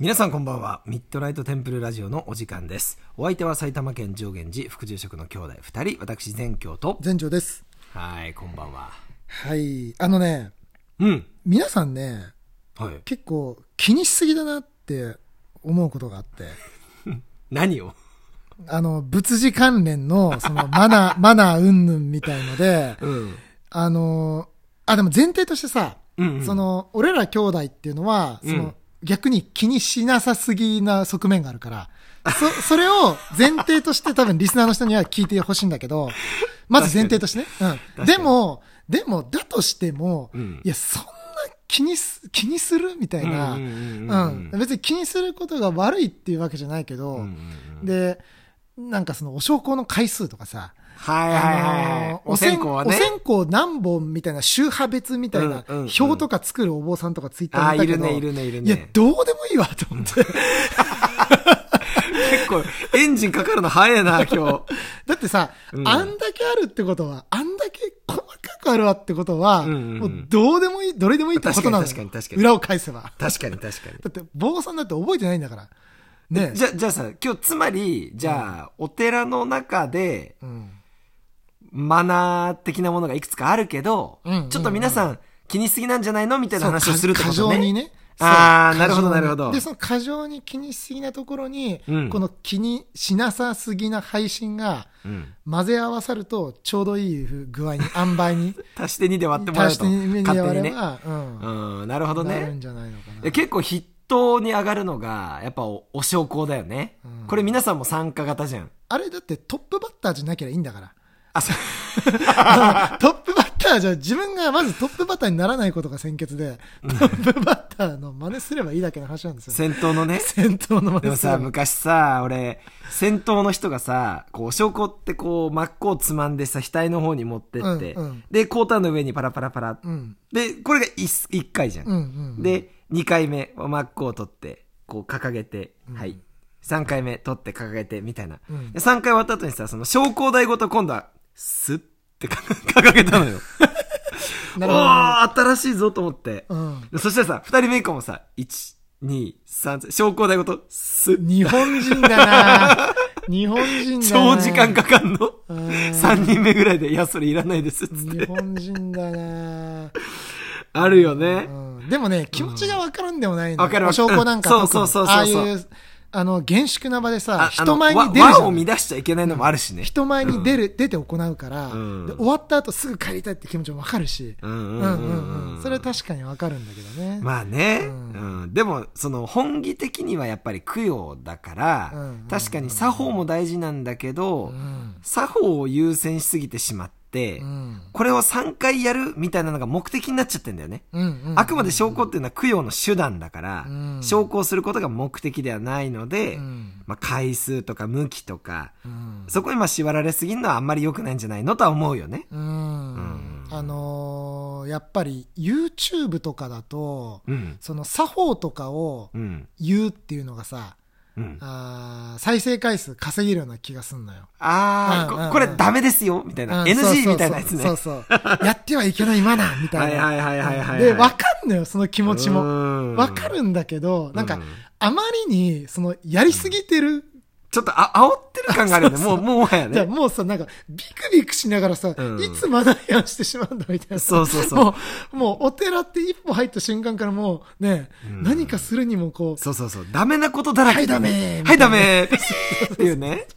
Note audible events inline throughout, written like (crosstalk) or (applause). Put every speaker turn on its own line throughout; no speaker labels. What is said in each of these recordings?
皆さんこんばんは。ミッドナイトテンプルラジオのお時間です。お相手は埼玉県上元寺副住職の兄弟二人、私全教と。
全長です。
はい、こんばんは。
はい。あのね、
うん。
皆さんね、
はい。
結構気にしすぎだなって思うことがあって、
何を
あの、仏事関連の、その、 (laughs) マナー、マナー云々みたいので、
うん。
あの、あ、でも前提としてさ、
うんうん
その、俺ら兄弟っていうのは、その、
うん
逆に気にしなさすぎな側面があるから、そ、 (laughs) それを前提として多分リスナーの人には聞いてほしいんだけ
(laughs)
ど、まず前提としてね。うん。でも、でも、だとしても、
うん
いや、そんな気にす、気にするみたいな、
う
うん
うんうん
ん
うん
別に気にすることが悪いっていうわけじゃないけ
うん
ど、
うんうん
で、なんかその、お焼香の回数とかさ、
はいはいはい
あ
はい
の。
お線香は
お
ね。
線香何本みたいな、宗派別みたいな
うんうんうん、
表とか作るお坊さんとかツイッ
あ
ター
あ、
見た
い
け
る
ど、
ね、いるね、いる
いや
ね、。
どうでもいいわ、と思って。
(laughs) 結構、エンジンかかるの早い (laughs) な、今日。
だってさ、
うん
あんだけあるってことは、あんだけ細かくあるわってことは、
うんうん
も
うん
うどうでもいい、どれでもいいってことなのよ
確かに確かに確かに
裏を返せば。
確かに確かに。
だって、坊さんだって覚えてないんだから。ね
じゃ、じゃあさ、今日つまり、じゃあ、お寺の中で、
うん。
マナー的なものがいくつかあるけど、
うんうんうん
ちょっと皆さん気にしすぎなんじゃないのみたいな話を
そう
するってこ
過
と
剰に
ね。
ね。
あー
そう
なるほどなるほ
過剰に
ど
で、その過剰に気にしすぎなところに、
うん
この気にしなさすぎな配信が、
うん
混ぜ合わさると、ちょうどいい具合に、塩梅に、
足して2で割 (laughs) ってもらう
足し
と。
て目に
勝手
割
に
れ
ね。
ば、う
うん、なるほど
ん。なる
ね
ん。じゃないのかな。
え結構筆頭に上がるのが、やっぱおお焼香だよね、
うん
これ皆さんも参加型じゃん。
あれだってトップバッターじゃなきゃいいんだから。
あ、そう。
(laughs) トップバッターじゃ、自分がまずトップバッターにならないことが先決で、トップバッターの真似すればいいだけの話なんですよ。
先頭のね。
戦闘の
でも
真似す
さ、
れば。
昔さ、俺、先頭の人がさ、こう、お証拠ってこう、真っ向をつまんでさ、額の方に持ってって、
うんうん
で、コーターの上にパラパラパラ。
うん。
で、これが 1, 一回じゃん。
うんうん。、
で、2回目、真っ向を取って、こう、掲げて、はい。3回目、取って掲げて、みたいな。
うん
で、3回終わった後にさ、その、昇降台ごと今度は、スッてか掲げたのよ。
(laughs) な
お
るほどね。
ー、新しいぞと思って。
うん。
そしたらさ、2人目以降もさ、1、2、3、昇降台ごと、スッ
日本人だ
(laughs)
な日本人だな
長時間かかんの
うん
3人目ぐらいで、いや、それいらないです、つっ
日
て。
本人だな
あるよね。
うんでもね、気持ちがわからんでもないの。
わかるわ
お証拠なんか
うん
特に
そうそうそうそう
ああいう、あの、厳粛な場でさ、
あ
人前
あ
に
の
出る
和
じ
和
ゃ
を
ん。
乱しちゃいけないのもあるしね。
人前に出る、出て行うから、
うん
で終わった後すぐ帰りたいって気持ちもわかるし。
うんう
うん
う
んうんん
う。
うんん。それは確かにわかるんだけどね。
まあね、う
うんん
でもその本義的にはやっぱり供養だから、
うんうんうん
確かに作法も大事なんだけど、
うん。
作法を優先しすぎてしまって、
うん。
これを3回やるみたいなのが目的になっちゃってんだよね。
うんうん。
あくまで証拠っていうのは供養の手段だから、
うん
証拠をすることが目的ではないので、
うん。
まあ、回数とか向きとか、
うん。
そこにまあ縛られすぎるのはあんまり良くないんじゃないのとは思うよね。
うん
うん
あのーやっぱり YouTube とかだと、
うん。
その作法とかを
うん。
言うっていうのがさ、
うん。
あー再生回数稼げるような気がすんのよ。
あ
うんうんう
あ、
ん
ここれダメですよみたいな。
うんそうそうそ
NG
う
みたいなやつね。
そうそう。やってはいけないマナーみたいな。
はいはいはいはいはいはい
で、わかんのよ、その気持ちも。
も
わかるんだけど、なん
う
か
ん、
あまりに、その、やりすぎてる。
ちょっとあ煽ってる感があるよね。もう、もうもはや
じゃあ
ね。
もうさ、なんか、ビクビクしながらさ、
うん
いつマナー違反してしまうんだみたいな。
そうそうそう
もう、もう、お寺って一歩入った瞬間からもう、ね、何かするにもこう、
そうそうそう。ダメなことだらけだね。
はいダ
はい、ダメっていうね。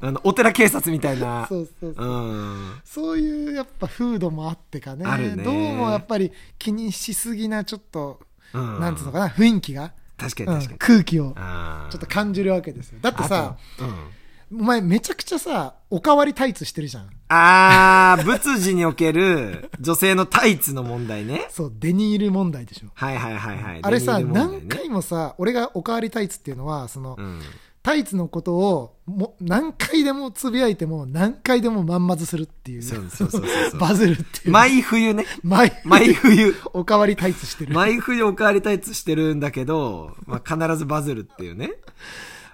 あの、お寺警察みたいな。
そうそうそう。
うん。
そういうやっぱ風土もあってかね
あるね
どうもやっぱり気にしすぎなちょっと、
うん
なんつうのかな雰囲気が、
確かに確
う
か
ん
に。
空気を
あー
ちょっと感じるわけですよだってさ
あとうん
お前めちゃくちゃさおかわりタイツしてるじゃん
あー、仏事における女性のタイツの問題ね。
そうデニール問題でしょ
はいはいはいはい。
あれさ、
デニール問題ね
何回もさ俺がおかわりタイツっていうのはその、
うん。
タイツのことをもう何回でもつぶやいても何回でもまんまずするっていう
そうそうそうそうそう
(laughs) バズるっていう
毎冬ね。
毎
毎冬。
おかわりタイツしてる
毎冬おかわりタイツしてるんだけど、まあ、必ずバズるっていうね。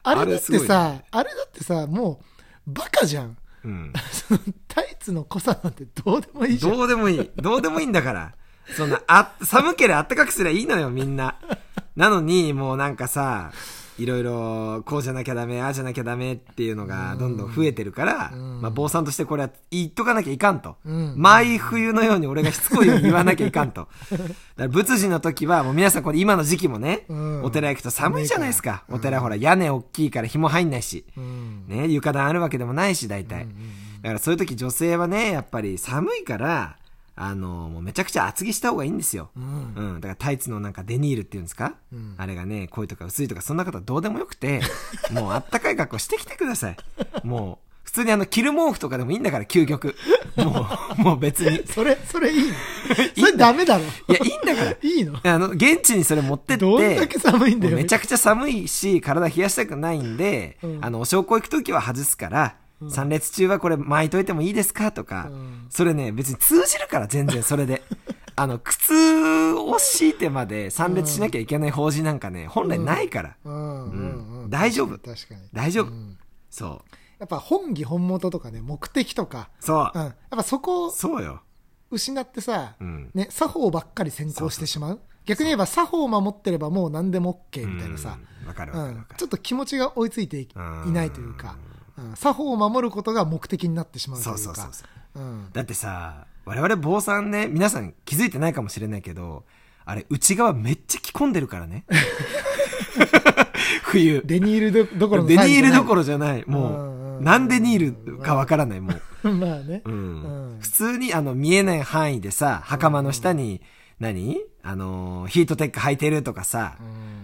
あれだ
あれ
っ
すご
て
い
さ、
ね
あれだってさ、もう、バカじゃ
(laughs)
ん。
うん。
そのタイツの濃さなんてどうでもいいじゃん。
どうでもいい。どうでもいいんだから。そんな、あ、寒ければあったかくすりゃいいのよ、みんな。なのに、もうなんかさ、いろいろ、こうじゃなきゃダメ、ああじゃなきゃダメっていうのがどんどん増えてるから、
うん
まあ、坊さんとしてこれは言っとかなきゃいかんと。
うん
毎冬のように俺がしつこいように言わなきゃいかんと。だから仏事の時は、もう皆さんこれ今の時期もね、
うん
お寺行くと寒いじゃないですか。お寺ほら屋根大きいから紐入んないし、
うん。
ね、床暖あるわけでもないし、大体。だからそういう時女性はね、やっぱり寒いから、あの、もうめちゃくちゃ厚着した方がいいんですよ。
うん。
うん、だからタイツのなんかデニールっていうんですか、
うん
あれがね濃いとか薄いとかそんなことはどうでもよくて (laughs) もうあったかい格好してきてくださいもう普通にあの着る毛布とかでもいいんだから究極
(laughs)
もうもう別にい
それ、それいいの
(laughs)
それダメだろ。
やいいんだか
いいの
らあの現地にそれ持ってって
どんだけ寒いんだ
もう
よ。
めちゃくちゃ寒いし体冷やしたくないんで、
うん
あのお焼香行く時は外すから、参列中はこれ巻いといてもいいですかとか、
うん
それね別に通じるから全然それ
(laughs)
であの靴を敷いてまで参列しなきゃいけない法事なんかね本来ないから、
うんうんうん。
大丈夫
確かに。
大丈夫、
うん
そう
やっぱ本義本元とかね、目的とか。
そう、
うん。やっぱそこを
そうよ、
失ってさ
う、ん、
ね、作法ばっかり先行してしまう。逆に言えば作法を守ってればもう何でも OK みたいなさ。
うんわかるわ
う
かるわ
ん
かる、
ちょっと気持ちが追いついてい
うん
いないというか、うん作法を守ることが目的になってしまうとい
そうう
か。
そうそうそう
うん
だってさ我々坊さんね皆さん気づいてないかもしれないけどあれ内側めっちゃ着込んでる
(laughs)
からね冬
デニールどどころの
デ
サイズ
ニー
じゃない
ルどころじゃないも
う
うん何デニールかわからないもう、
(laughs) まあね。
うん
うん
普通にあの見えない範囲でさ袴の下に何あのーヒートテック履いてるとかさ、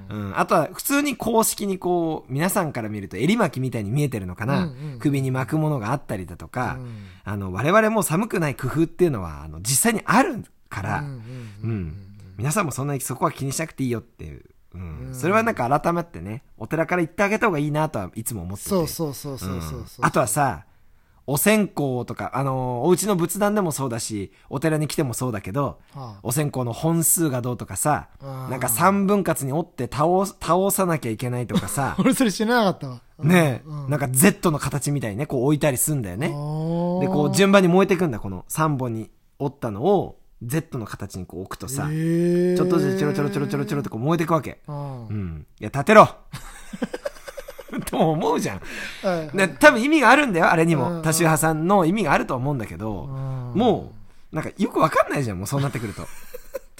うん、あとは普通に公式にこう皆さんから見ると襟巻きみたいに見えてるのかな、
うんうん
首に巻くものがあったりだとか、
うん
あの我々も寒くない工夫っていうのはあの実際にあるから、
うん
うん皆さんもそんなにそこは気にしなくていいよっていう、うん
うん
それはなんか改めてねお寺から言ってあげた方がいいなとはいつも思ってて
そうそうそうそうそうそう。
うんあとはさお線香とか、あのーお家の仏壇でもそうだしお寺に来てもそうだけど
はあ
お線香の本数がどうとかさ
あー
なんか3分割に折って倒す倒さなきゃいけないとかさ
俺それ知らなかったわ。
ねえ、
(laughs) うん
なんか Z の形みたいにねこう置いたりすんだよね
で、
でこ
こ
う順番に燃えていくんだこの3本に折ったのを Z の形にこう置くとさ、
ち
ちょっとずつちょろちょろちょろちょろちょろってこう燃えていくわけ
うん
う。んいや立てろ (laughs) とも思うじゃん
はいはい
ね、多分意味があるんだよ、あれに
うんう
も。
ん
田代さんの意味があると思うんだけ
う
ど、
ん
もう、なんかよくわかんないじゃん、もうそうなってくると。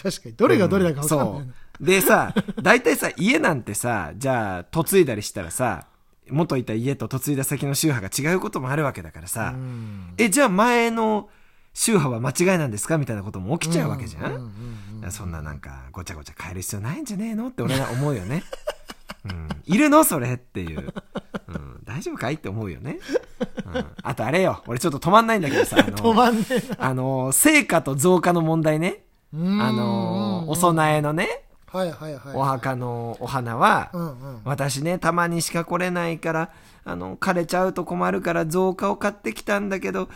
確かに、どれがどれだか分かんないな、
うんそう。でさ、大体さ、家なんてさ、じゃあ、嫁いだりしたらさ、元いた家と嫁いだ先の宗派が違うこともあるわけだからさ
う、ん
え、じゃあ前の宗派は間違いなんですかみたいなことも起きちゃうわけじゃん、
ううんうん
そんななんか、ごちゃごちゃ変える必要ないんじゃねえのって俺は思うよ
(laughs)
ね。うん、いるのそれっていう、うん。大丈夫かいって思うよね。うん、あとあれよ。俺ちょっと止まんないんだけどさ。あ
(laughs) 止
の、
まんねえ
(laughs) あの成果と増加の問題ね。
な。
あの、お
遅
供えのね、
はいはいはい。
お墓のお花は、
うんうん。
私ね、たまにしか来れないから、あの、枯れちゃうと困るから造花を買ってきたんだけど、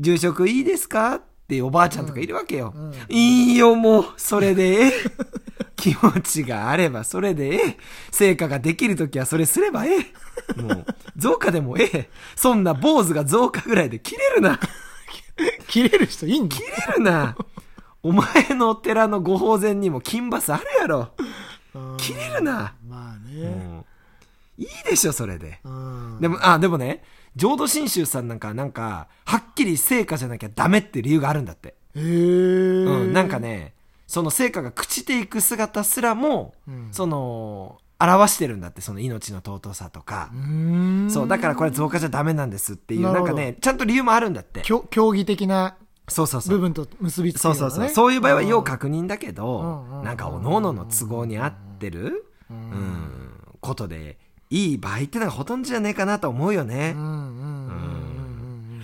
住職いいですかっていうおばあちゃんとかいるわけよ。
うんうん
いいよ、もう、それで (laughs) ええ。気持ちがあればそれでええ。成果ができるときはそれすればええ。もう、造花でもええ。そんな坊主が造花ぐらいで切れるな。
切れる人いいんだ。
切れるな。お前のお寺のご法前にも金バスあるやろ。
うん
切れるな。
まあ
も
ね。
ういいでしょ、それで。
うん
でも、あ、でもね、浄土真宗さんなんかはなんか、はっきり成果じゃなきゃダメって理由があるんだって。
へえ。
うん、なんかね、その成果が朽ちていく姿すらも、
うん
その、表してるんだって、その命の尊さとか
う。ーん。
そう、だからこれ増加じゃダメなんですっていう、
な
な
る
ん
ほ
か
ど
ね、ちゃんと理由もあるんだって。
競競技的な
そうそうそ
部
う。
分と結びつく
そ
よ
う
な
そうそう。
ね
そういう場合は要確認だけど
うんう、ん
なんか、おののの都合に合ってる、う
う
んん、ことで、いい場合ってのがほとんどじゃねえかなと思うよね。
うんうんうんうんうんうん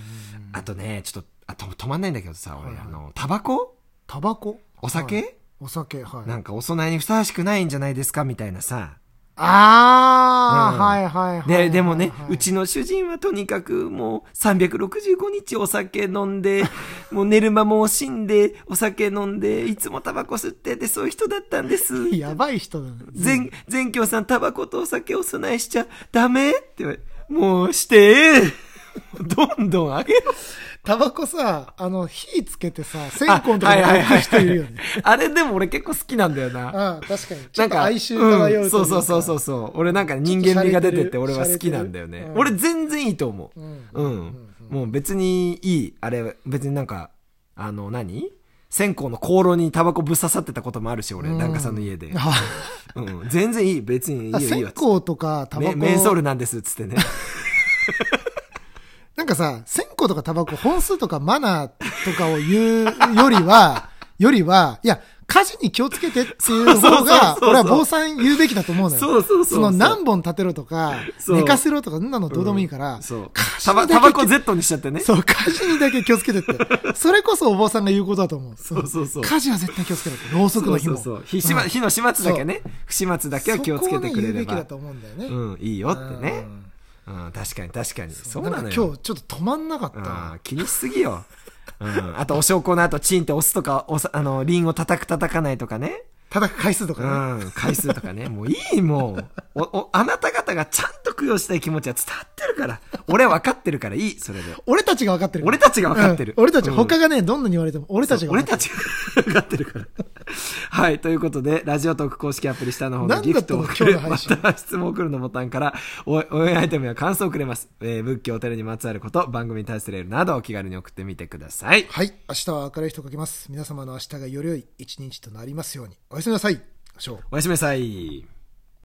あとね、ちょっと、あと止まんないんだけどさ、俺、
はいはい
あの、タバコ
タバコ
お酒、
はいお酒はい
なんかお供えにふさわしくないんじゃないですかみたいなさ。
ああ、
うん
はいはいはい
で、でもね
はいは、いう
ちの主人はとにかくもう365日お酒飲ん
(laughs)
で、もう寝る間も惜しんで、お酒飲んで、いつもタバコ吸ってて、そういう人だったんです。
やばい人だね
全、全教さんタバコとお酒お供えし (laughs) ちゃダメって言われもうして、どんどんあげろ。
タバコさ、あの、火つけて
(laughs)
さ、線香のとこに置く人いるよね。
あれでも俺結構好きなんだよな。
ああ、確かに。ちょ
な
っ
ん
と
か、
哀愁漂う
うん
とい
そうそうそうそうそう。俺なんか人間味が出てて俺は好きなんだよ
ちょ
ね
っ。と洒落て
俺
る
全然いいと思う。
うん
うん。もう別にいい。あれ、別になんか、あの何、線香の香炉にタバコぶっ刺さってたこともあるし、俺、
うん
檀家さんの家で。
(laughs) あ
うん。全然いい。別にいいよ、
あ
いい
線
よ。
香とかタバ
メ
コ。
メンソールなんです、つってね。
なんかさ、線香とかタバコ、本数とかマナーとかを言うよりは、 (laughs) よりは、いや、火事に気をつけてっていう方
(laughs) そう
が、
そうそうそう
俺は坊さん言うべきだと思うのよ。
そうそうそうそう
の何本立てろとか、
そう
寝かせろとか、そんな (laughs) のどうでもいいから、
そう。
火事
タ
にだ
バ
け
タバコ Z にしちゃってね。
そう、火事にだけ気をつけてって。それこそお坊さんが言うことだと思う。そう
そうそう
火事は絶対気をつけろって。ろうそくの火も。
そうそうそう火しま
うん
火の始末だけね。不始末だけは気をつけてくれれ
そこをね言うべきだ
ば
と。思うんだよね。
うん、いいよってね
う。ん
うん、確かに確かに。そうな
なん
の
か
よ。
今日ちょっと止まんなかった
あ
な。
ー気にしすぎよ。うん、あと、お証拠の後、チンって押すとか、おさあの、リンを叩く叩かないとかね。
叩く回数と
う
かね。
ん、回数とか
(laughs)
ね。もういい、もう。お、お、あなた方がちゃんと供養したい気持ちは伝わってるから。俺分かってるからいい、それで。
俺たちが分かってる。
俺たちが分かってる。
うん俺たち、
うん
他がね、どんなに言われても、俺たちが分
俺
かってる。
たちが分かってるから。はい。ということで、ラジオトーク公式アプリ下の方
な
の
んだ
ギフトを
ったの
送る、
今日の
ま
配信
たは質問を送るのボタンから、お応援アイテムや感想をくれます。えー仏教、お寺にまつわること、番組に対するエールなどお気軽に送ってみてください。
はい。明日は明るい人をかけます。皆様の明日がより良い一日となりますように。おやすみなさい。ショー
おやすみなさい。